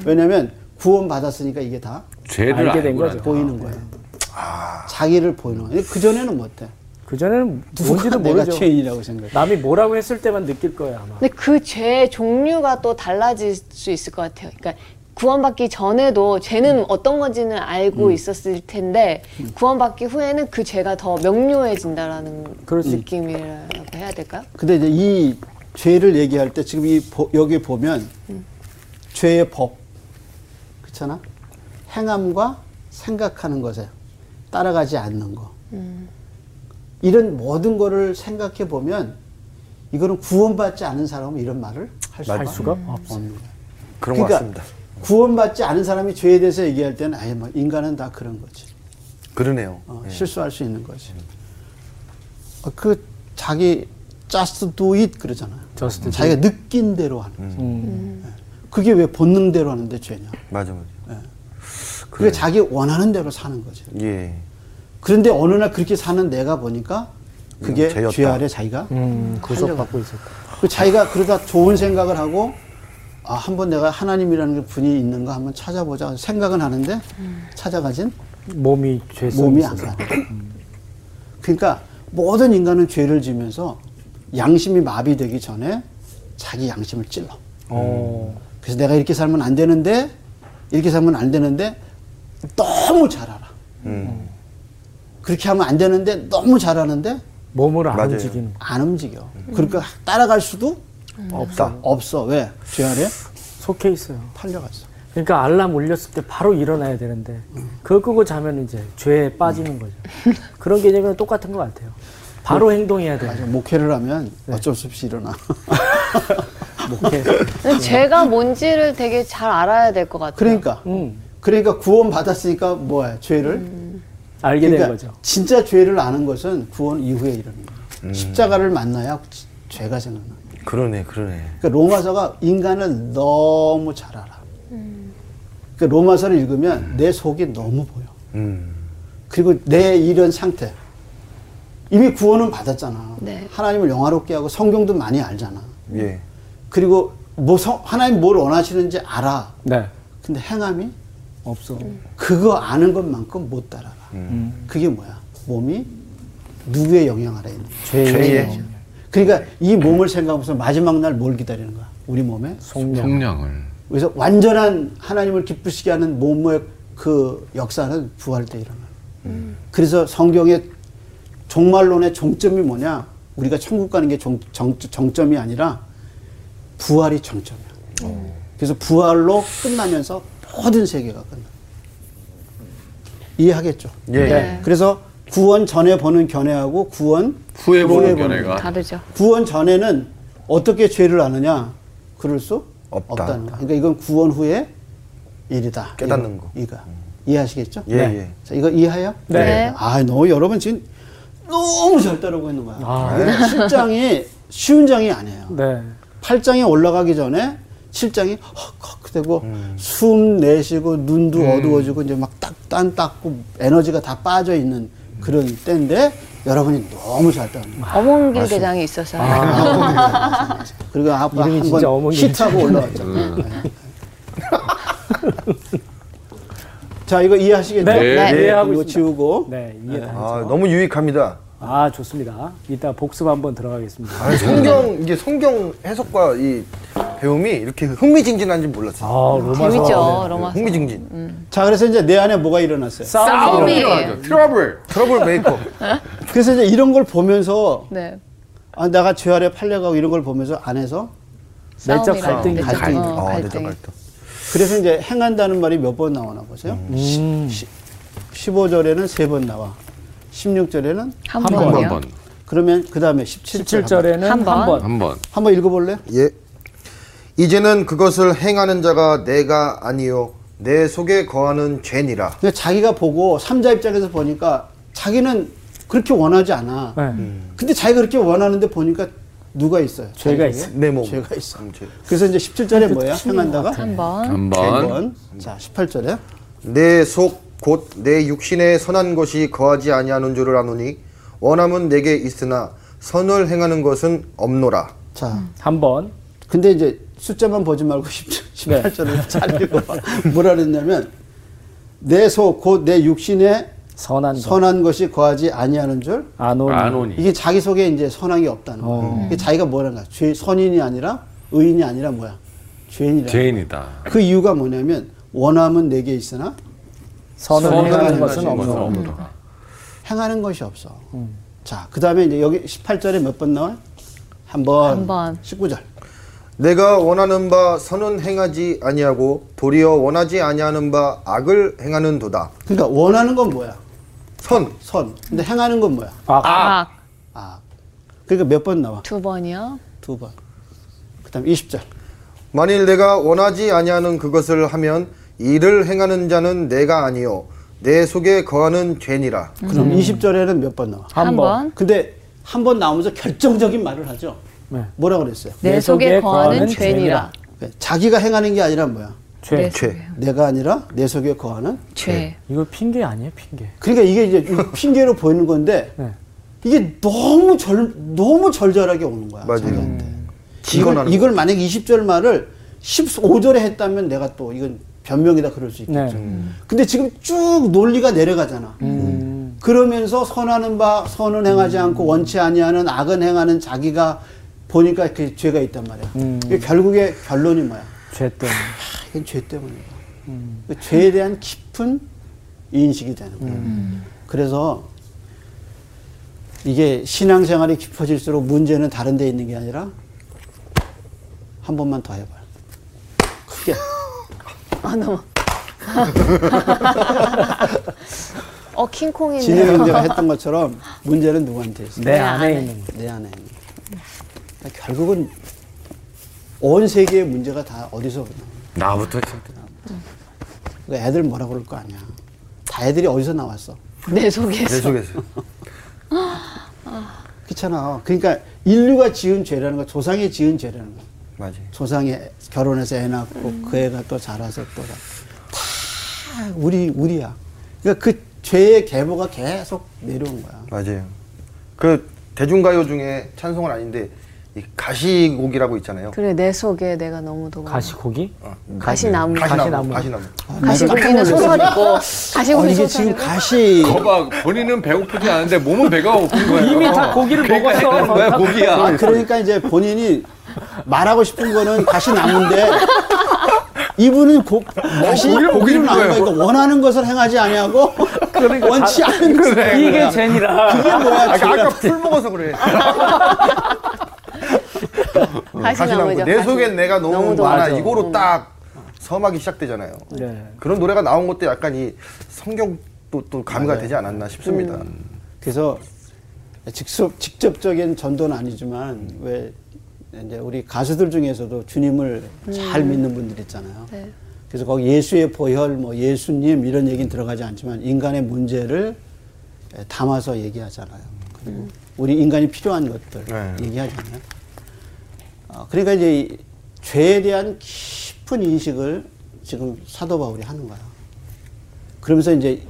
왜냐면 구원받았으니까 이게 다
죄를
알게 된
알고
거죠.
나니까.
보이는 거야.
아.
자기를 보이는 거야. 그 전에는 못해.
그전에는
누가
뭔지도
내가
모르죠.
죄인이라고 생각해.
남이 뭐라고 했을 때만 느낄 거야 아마.
근데 그 죄의 종류가 또 달라질 수 있을 것 같아요. 그러니까 구원받기 전에도 죄는 어떤 건지는 알고 있었을 텐데 구원받기 후에는 그 죄가 더 명료해진다라는
그렇지.
느낌이라고 해야 될까요?
근데 이제 이 죄를 얘기할 때 지금 이 보- 여기 보면 죄의 법 그렇잖아 행함과 생각하는 것에 따라가지 않는 거 이런 모든 거를 생각해 보면 이거는 구원받지 않은 사람은 이런 말을 할 수가,
할 수가 없어.
없는 거야.
그런
그러니까
것 같습니다.
구원받지 않은 사람이 죄에 대해서 얘기할 때는 아예 뭐 인간은 다 그런 거지.
그러네요. 예.
어, 실수할 수 있는 거지. 어, 그 자기 just do it 그러잖아요.
Just do
자기가 느낀 대로 하는 거지. 예.
음.
그게 왜 본능대로 하는데 죄냐?
맞아 맞아.
그게 자기 원하는 대로 사는 거지.
예.
그런데 어느 날 그렇게 사는 내가 보니까 그게
이건 죄였다.
죄 아래 자기가
음, 구속받고 있었다.
그 자기가 그러다 좋은 생각을 하고 아 한번 내가 하나님이라는 분이 있는가 한번 찾아보자 생각은 하는데 찾아가진
몸이 죄성이
몸이 안
있어서.
가. 그러니까 모든 인간은 죄를 지면서 양심이 마비되기 전에 자기 양심을 찔러.
어.
그래서 내가 이렇게 살면 안 되는데 이렇게 살면 안 되는데 너무 잘 알아.
음.
그렇게 하면 안 되는데 너무 잘 아는데
몸을 안
맞아요.
움직이는.
안 움직여. 그러니까 따라갈 수도
없다.
없어. 왜? 죄 아래
속해 있어요.
팔려갔어.
그러니까 알람 울렸을 때 바로 일어나야 되는데 그걸 끄고 자면 이제 죄에 빠지는 거죠. 그런 개념이랑 똑같은 것 같아요. 바로 행동해야 돼요.
그- 맞아. 목회를 하면
네.
어쩔 수 없이 일어나.
목회.
근데 죄가 뭔지를 되게 잘 알아야 될 것 같아요.
그러니까
음,
그러니까 구원 받았으니까 뭐야? 죄를
알게
그러니까
된 거죠.
진짜 죄를 아는 것은 구원 이후에 이르는 거예요. 십자가를 만나야 지- 죄가 생각나.
그러네 그러네.
그러니까 로마서가 인간을 너무 잘 알아. 그러니까 로마서를 읽으면 내 속이 너무 보여.
음.
그리고 내 이런 상태. 이미 구원은 받았잖아.
네.
하나님을 영화롭게 하고 성경도 많이 알잖아.
예.
그리고 뭐 성- 하나님 뭘 원하시는지 알아.
네.
근데 행함이
없어.
그거 아는 것만큼 못 따라가.
음.
그게 뭐야? 몸이 누구의 영향 아래 있는 거야?
죄의
죄의
그러니까 이 몸을 생각하면서 마지막 날 뭘 기다리는 거야? 우리 몸에.
속령.
성량을
그래서 완전한 하나님을 기쁘시게 하는 몸의 그 역사는 부활 때 일어나. 요 그래서 성경의 종말론의 종점이 뭐냐? 우리가 천국 가는 게 종, 점이 아니라 부활이 정점이야. 그래서 부활로 끝나면서 모든 세계가 끝나. 이해하겠죠?
예.
네.
그래서 구원 전에 보는 견해하고 구원
후에 보는
보는
견해가
다르죠.
구원 전에는 어떻게 죄를 아느냐? 그럴 수
없다.
없다. 는 거. 그러니까 이건 구원 후에 일이다.
깨닫는
이거,
거.
이거 이해하시겠죠?
예, 네. 예.
자, 이거 이해해요?
네.
네.
아, 너 여러분 지금 너무 잘 따르고 있는 거야.
아.
네.
이게 실장이 쉬운 장이 아니에요.
네.
팔장에 올라가기 전에 실장이 헉헉 되고
음.
숨 내쉬고 눈도 어두워지고 이제 막 딱딴 닦고 에너지가 다 빠져 있는 그런 때인데 여러분이 너무 잘 따르는 거예요.
어몽길 대장이 있어서
그리고 아빠
이름이 진짜
한번
어머니
히트하고 올라왔죠. 자, 이거 예, 이해하시겠죠?
네,
네.
이해하고
이거
있습니다.
지우고.
네, 이해 다
아 너무 유익합니다.
아, 좋습니다. 이따 복습 한번 들어가겠습니다.
아, 성경 이게 성경 해석과 이 배움이 이렇게 흥미진진한지
아,
몰랐어요.
로마서.
재밌죠,
네.
로마서.
흥미진진.
자, 그래서 이제 내 안에 뭐가 일어났어요?
싸움이.
일어나죠. 트러블
트러블 메이커.
그래서 이제 이런 걸 보면서
네.
아, 내가 죄 아래 팔려가고 이런 걸 보면서 안에서
내적
싸움이랑
갈등이
내적-
갈등.
어,
아,
갈등이.
갈등.
그래서 이제 행한다는 말이 몇 번 나오나 보세요.
음.
15절에는 세 번 나와. 16절에는
한
한
번이요.
한번
그러면 그다음에 17절.
17절에는
한
한
번.
번.
한번
한번 읽어 볼래? 요
예. 이제는 그것을 행하는 자가 내가 아니요 내 속에 거하는 죄니라.
근데 자기가 보고 삼자 입장에서 보니까 자기는 그렇게 원하지 않아.
네.
음.
근데 자기가 그렇게 원하는데 보니까 누가 있어요?
죄가
자기 속에?
있어.
내 몸.
죄가 있어.
음, 죄.
그래서 이제 17절에 뭐예요? 행한다가
한번.
한번
한번. 자, 18절에
내 속 곧 내 육신에 선한 것이 거하지 아니하는 줄을 아노니 원함은 내게 있으나 선을 행하는 것은 없노라.
자,
한 번.
근데 이제 숫자만 보지 말고
네.
18절을 잘 읽어봐. 뭐라 그랬냐면, 내 속, 곧 내 육신에
선한 것
선한 것이 거하지 아니하는 줄
안오니
안오니
이게 자기 속에 이제 선한 게 없다는 거야.
어.
이게 자기가 뭐라나 죄 선인이 아니라 의인이 아니라 뭐야 죄인이라.
죄인이다.
그 이유가 뭐냐면 원함은 내게 있으나
선을
선을
행하는
행하는
것은
것이
없노라.
없노라. 행하는 것이 없어. 자, 그 다음에 이제 여기 18절에 몇 번 나와? 한 번.
한 번.
19절.
내가 원하는 바 선은 행하지 아니하고 도리어 원하지 아니하는 바 악을 행하는도다.
그러니까 원하는 건 뭐야?
선
선. 근데 행하는 건 뭐야?
아,
악.
아. 그러니까 몇 번 나와?
두 번이요.
두 번. 그 다음에 20절.
만일 내가 원하지 아니하는 그것을 하면 이를 행하는 자는 내가 아니요 내 속에 거하는 죄니라.
그럼
음.
20절에는 몇 번 나와?
한
한 번.
근데 한 번 나오면서 결정적인 말을 하죠.
네.
뭐라 그랬어요?
내 속에 거하는 죄니라.
그러니까 자기가 행하는 게 아니라 뭐야?
죄.
내
죄.
속에
내가 아니라 내 속에 거하는.
죄.
이거 핑계 아니에요, 핑계.
그러니까 이게 이제 이 핑계로 보이는 건데
네.
이게 너무 절 너무 절절하게 오는 거야.
맞아요. 네.
자기한테.
직언하는
이걸, 이걸 만약에 20절 말을 15절에 했다면 내가 또 이건 변명이다 그럴 수 있겠죠.
네.
근데 지금 쭉 논리가 내려가잖아. 그러면서 선하는 바 선은 행하지 않고 원치 아니하는 악은 행하는 자기가 보니까 그 죄가 있단 말이야. 이게 결국에 결론이 뭐야?
죄 때문에.
아, 이건 죄 때문이다. 그 죄에 대한 깊은 인식이 되는 거예요. 그래서 이게 신앙생활이 깊어질수록 문제는 다른 데 있는 게 아니라 한 번만 더 해봐요. 크게.
아 너무. 어 킹콩이네요.
진영 형제가 했던 것처럼 문제는 누구한테
네,
있어?
내
아,
안에 있는 거.
내 안에 있는 거. 그러니까 결국은 온 세계의 문제가 다 어디서 오나.
나부터 시작된다.
그러니까 애들 뭐라 그럴 거 아니야. 다 애들이 어디서 나왔어?
내 속에서.
내 속에서.
그렇잖아. 그러니까 인류가 지은 죄라는 거, 조상이 지은 죄라는 거.
맞아요.
조상이 결혼해서 애 낳고
음.
그 애가 또 자라서 또다 우리 우리야. 그러니까 그 죄의 계보가 계속 내려온 거야.
맞아요. 그 대중가요 중에 찬송은 아닌데 이 가시곡이라고 있잖아요.
그래 내 속에 내가 너무 도가.
가시고기?
아, 음.
가시나무.
가시나무.
가시나무.
가시나무.
가시고기는 소설이고
아,
가시고기 소설이고.
이게 지금
뭐?
가시
거봐 본인은 배고프지 않은데 몸은 배가 고픈 거야.
이미 다 고기를 먹었어.
뭐야
아,
고기야.
그러니까 이제 본인이 말하고 싶은 거는 가시 나무인데 이분은 고, 다시
어, 고기를
고기를
먹는
나무니까
거예요. 그러니까
원하는 것을 행하지 아니하고 원치 않은 것을 행하는
이게
거야.
죄니라.
그게 뭐야?
아까, 아까 풀 먹어서 그래.
가시나무죠.
내
가시나무.
속엔 내가 너무,
너무
많아.
많아.
이거로 딱 서막이 시작되잖아요.
네.
그런 노래가 나온 것도 약간 이 성경도 또 감가 되지 않았나 싶습니다.
그래서 직접 직접적인 전도는 아니지만 왜 이제 우리 가수들 중에서도 주님을 잘 믿는 분들 있잖아요.
네.
그래서 거기 예수의 보혈, 뭐 예수님 이런 얘기는 들어가지 않지만 인간의 문제를 담아서 얘기하잖아요. 그리고 우리 인간이 필요한 것들
네.
얘기하잖아요. 어, 그러니까 이제 이 죄에 대한 깊은 인식을 지금 사도 바울이 하는 거야. 그러면서 이제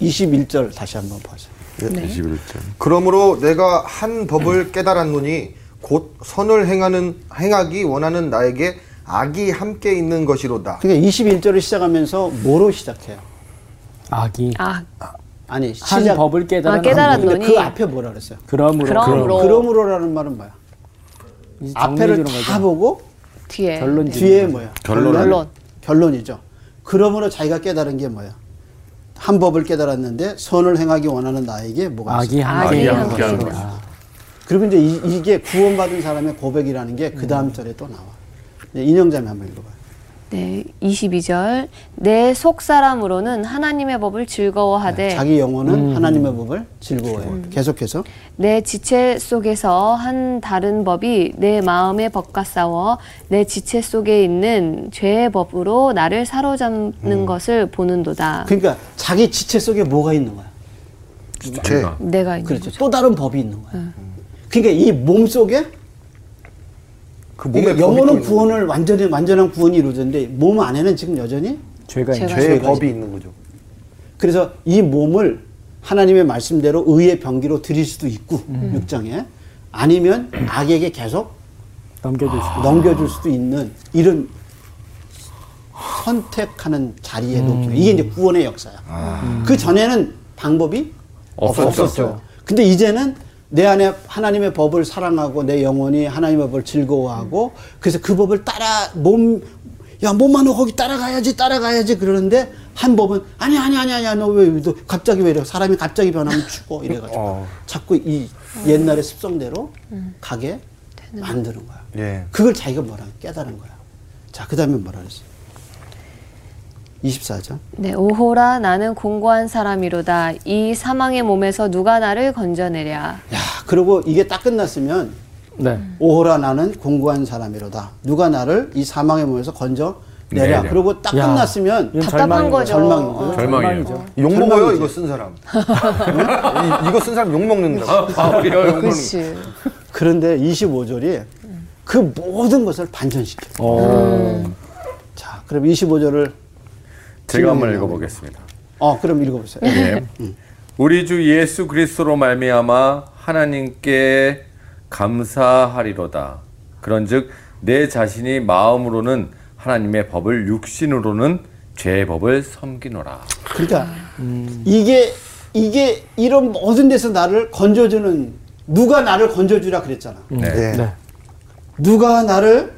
21절 다시 한번 보세요.
21절.
그러므로 내가 한 법을 깨달았노니 곧 선을 행하는 행하기 원하는 나에게 악이 함께 있는 것이로다.
그러니까 21절을 시작하면서 뭐로 시작해요?
악이
아
아니,
한
시작.
법을 깨달아.
아, 깨달았노니.
근데 그 앞에 뭐라 그랬어요?
그러므로.
그럼. 그러므로.
그러므로라는 말은 뭐야?
이제
앞에를
정리해주는
다
거죠.
보고
뒤에.
결론
뒤에 뭐야?
결론.
결론.
결론이죠. 그러므로 자기가 깨달은 게 뭐야? 한 법을 깨달았는데 선을 행하기 원하는 나에게 뭐가 있어?
악이 한
아, 악이
악이
함께하는
함께하는
것이다.
것이다.
그리고 이제 이, 게 구원받은 사람의 고백이라는 게 그 다음 절에 또 나와. 이제 인형자매 한번 읽어봐요.
네, 22절. 내 속 사람으로는 하나님의 법을 즐거워하되
자기
음.
영혼은 하나님의 법을 즐거워해요. 계속해서
내 지체 속에서 한 다른 법이 내 마음의 법과 싸워 내 지체 속에 있는 죄의 법으로 나를 사로잡는 것을 보는도다.
그러니까 자기 지체 속에 뭐가 있는 거야?
죄.
내가 있는
그렇죠. 또 다른 법이 있는 거야. 그러니까 이 몸 속에
그 몸에
그러니까
법이 또
영혼은
있는
구원을 완전히 완전한 구원이 이루어졌는데 몸 안에는 지금 여전히
죄가 있는
죄가
거죠. 죄의
죄가
네, 법이 있는 거죠.
그래서 이 몸을 하나님의 말씀대로 의의 병기로 드릴 수도 있고 육장에 아니면 악에게 계속
넘겨줄 수.
넘겨줄 수도 있는 이런 선택하는 자리에
음.
놓기. 이게 이제 구원의 역사야. 그 전에는 방법이
아. 없었죠.
없었죠. 근데 이제는 내 안에 하나님의 법을 사랑하고 내 영혼이 하나님의 법을 즐거워하고 그래서 그 법을 따라 몸, 야, 몸만 하고 거기 따라가야지, 따라가야지 그러는데 한 법은 아니, 아니, 아니, 아니야. 너 왜, 너 갑자기 왜 이래? 사람이 갑자기 변하면 죽어. 이래가지고 자꾸 이 옛날의 습성대로 가게 만드는 거야.
예.
그걸 자기가 뭐라 깨달은 거야. 자, 그 다음에 뭐라 그랬어? 24장.
네, 오호라 나는 공고한 사람이로다. 이 사망의 몸에서 누가 나를 건져내랴.
야, 그러고 이게 딱 끝났으면
네.
오호라 나는 공고한 사람이로다. 누가 나를 이 사망의 몸에서 건져 내랴.
내랴.
그러고 딱
야,
끝났으면
이건
답답한
절망인 거죠.
거죠.
절망인 거죠.
어.
절망이에요.
욕 먹어요 이거 쓴 사람. 이, 이거 쓴 사람 욕 먹는다고.
그치.
그런데 25절이 그 모든 것을 반전시켜.
어.
음. 자, 그럼 25절을
제가 한번 읽어보겠습니다.
어, 그럼 읽어보세요.
예. 우리 주 예수 그리스도로 말미암아 하나님께 감사하리로다. 그런즉 내 자신이 마음으로는 하나님의 법을 육신으로는 죄의 법을 섬기노라.
그러니까 이게 이게 이런 모든 데서 나를 건져주는 누가 나를 건져주라 그랬잖아.
네.
예.
네.
누가 나를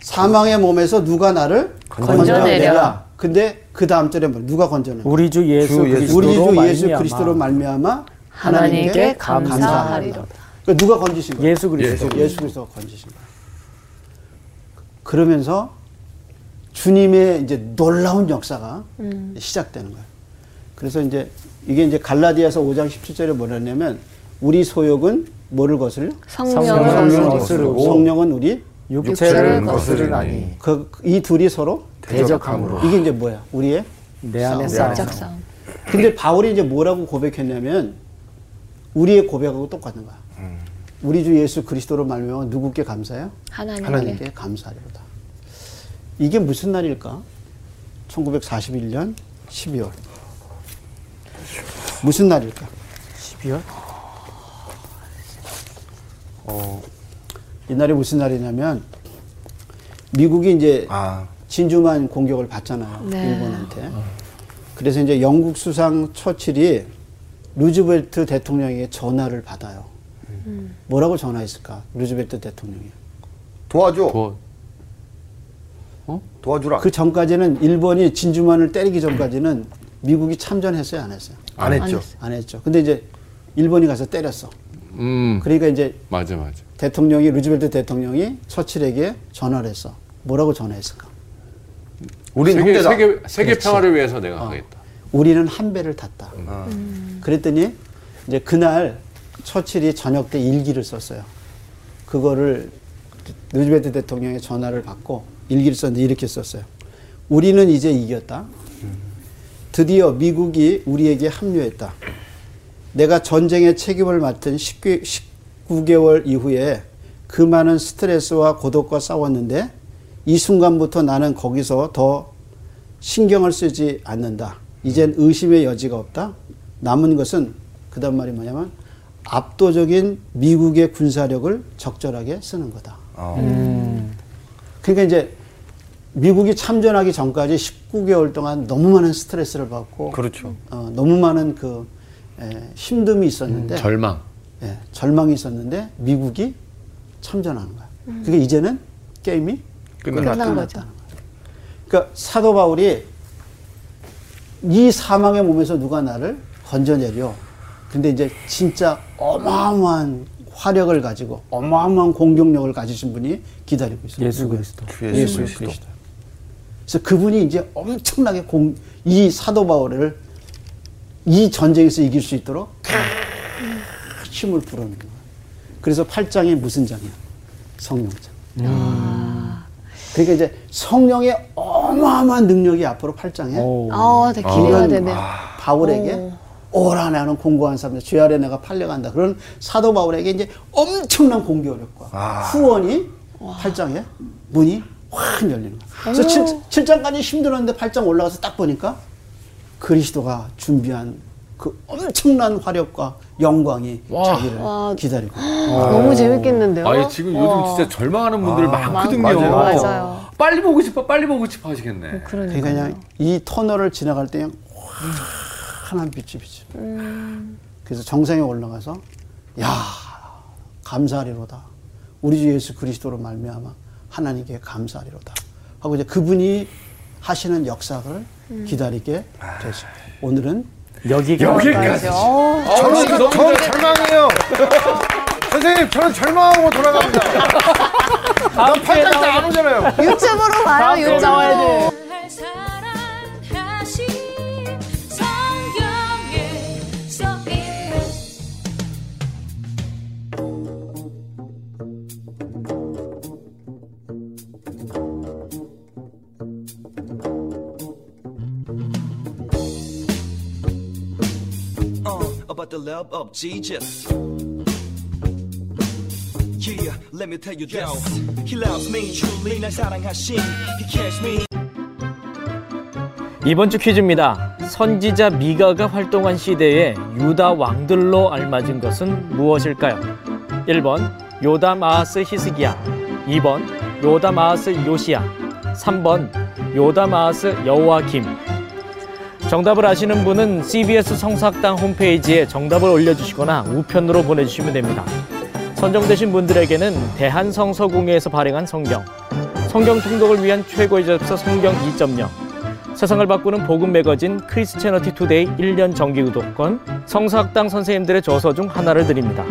사망의 몸에서 누가 나를
건져내랴.
건져내랴. 근데 그 다음 절에 뭐 누가 건져내?
우리 주 예수
주 예수.
우리
그리스도로
주 예수
말미암아.
그리스도로 말미암아
하나님께
하나님께
감사하리로다.
감사하리로다. 그러니까 누가 건지신 거야?
예수 그리스도.
예수 그리스도가 건지신 거야. 그러면서 주님의 이제 놀라운 역사가
음.
시작되는 거야. 그래서 이제 이게 이제 갈라디아서 5장 17절에 뭐라 했냐면 우리 소욕은 뭐를 거슬려?
성령을
성령을
거스르고
거스르고
성령은 우리
육체를
육체를
거스르나니
그 이 둘이 서로
대적함으로
이게 이제 뭐야? 우리의
내 안에
싸움.
쌓여
적성.
근데 바울이 이제 뭐라고 고백했냐면 우리의 고백하고 똑같은 거야.
음.
우리 주 예수 그리스도로 말미암아 누구께 감사해요?
하나님께.
하나님께 감사하리로다. 이게 무슨 날일까? 1941년 12월. 무슨 날일까?
12월
이 날이 무슨 날이냐면 미국이 이제
아
진주만 공격을 받잖아요.
네.
일본한테. 그래서 이제 영국 수상 처칠이 루즈벨트 대통령에게 전화를 받아요. 뭐라고 전화했을까? 루즈벨트 대통령이.
도와줘.
뭐,
도와주라.
그 전까지는 일본이 진주만을 때리기 전까지는 미국이 참전했어요, 안 했어요?
안 했죠.
안 했죠. 근데 이제 일본이 가서 때렸어.
음,
그러니까 이제
맞아, 맞아.
대통령이 루즈벨트 대통령이 처칠에게 전화를 했어. 뭐라고 전화했을까?
우린
세계,
형제다.
세계, 세계 평화를 위해서 내가 하겠다.
우리는 한 배를 탔다. 그랬더니 이제 그날 처칠이 저녁 때 일기를 썼어요. 그거를 루즈벨트 대통령의 전화를 받고 일기를 썼는데 이렇게 썼어요. 우리는 이제 이겼다. 드디어 미국이 우리에게 합류했다. 내가 전쟁의 책임을 맡은 19개월 이후에 그 많은 스트레스와 고독과 싸웠는데 이 순간부터 나는 거기서 더 신경을 쓰지 않는다. 이젠 의심의 여지가 없다. 남은 것은 그다음 말이 뭐냐면 압도적인 미국의 군사력을 적절하게 쓰는 거다.
어.
그러니까 이제 미국이 참전하기 전까지 19개월 동안 너무 많은 스트레스를 받고
그렇죠.
어, 너무 많은 그 에, 힘듦이
음,
있었는데
절망.
예, 절망이 있었는데 미국이 참전하는 거야. 그게 이제는 게임이
끝났다.
끝난 거죠.
그러니까 사도 바울이 이 사망의 몸에서 누가 나를 건져내려. 근데 이제 진짜 어마어마한 화력을 가지고 어마어마한 공격력을 가지신 분이 기다리고 있어요.
예수 그리스도.
주 예수 그리스도.
그래서 그분이 이제 엄청나게 공, 이 사도 바울을 이 전쟁에서 이길 수 있도록 큰 힘을 불어넣는 거야. 그래서 팔장이 무슨 장이야? 성령장. 그러니까 이제 성령의 어마어마한 능력이 앞으로 팔장에
오.
아, 되게 기대가 되네요.
아.
어.
바울에게 오라 나는 공고한 사람들 죄 아래 내가 팔려간다. 그런 사도 바울에게 이제 엄청난 공격력과
아.
후원이 팔장에 문이 확 열리는 거야. 그래서 칠 7장까지 힘들었는데 팔장 올라가서 딱 보니까 그리스도가 준비한 그 엄청난 화력과 영광이 자기를
와.
기다리고 있어요.
너무 재밌겠는데요?
아니 지금 요즘
와.
진짜 절망하는 분들 많거든요.
많아요. 맞아요.
빨리 보고 싶어, 빨리 보고 싶어 하시겠네.
그러니까
그냥 이 터널을 지나갈 때 그냥 환한 빛이 비치. 그래서 정상에 올라가서 야 감사하리로다. 우리 주 예수 그리스도로 말미암아 하나님께 감사하리로다. 하고 이제 그분이 하시는 역사를 기다리게 되죠. 오늘은
여기가
여기까지.
저는, 저는 절망해요. 선생님, 저는 절망하고 돌아갑니다. 난 팔짱 때안 오잖아요.
유튜브로 봐요 유튜브로.
날 사랑하신 성경에 써있는
uh, about the love of Jesus. Yeah, let me tell you this. He loves me truly. 날 사랑하신. He cares me.
이번 주 퀴즈입니다. 선지자 미가가 활동한 시대에 유다 왕들로 알맞은 것은 무엇일까요? 1번 요담 아하스 히스기야 2번 요담 아하스 요시야 3번 요담 아하스 여호아김 정답을 아시는 분은 CBS 성사학당 홈페이지에 정답을 올려주시거나 우편으로 보내주시면 됩니다. 선정되신 분들에게는 대한성서공회에서 발행한 성경, 성경 통독을 위한 최고의 접서 성경 2.0, 세상을 바꾸는 복음 매거진 크리스채너티 투데이 1년 정기 구독권, 성사학당 선생님들의 저서 중 하나를 드립니다.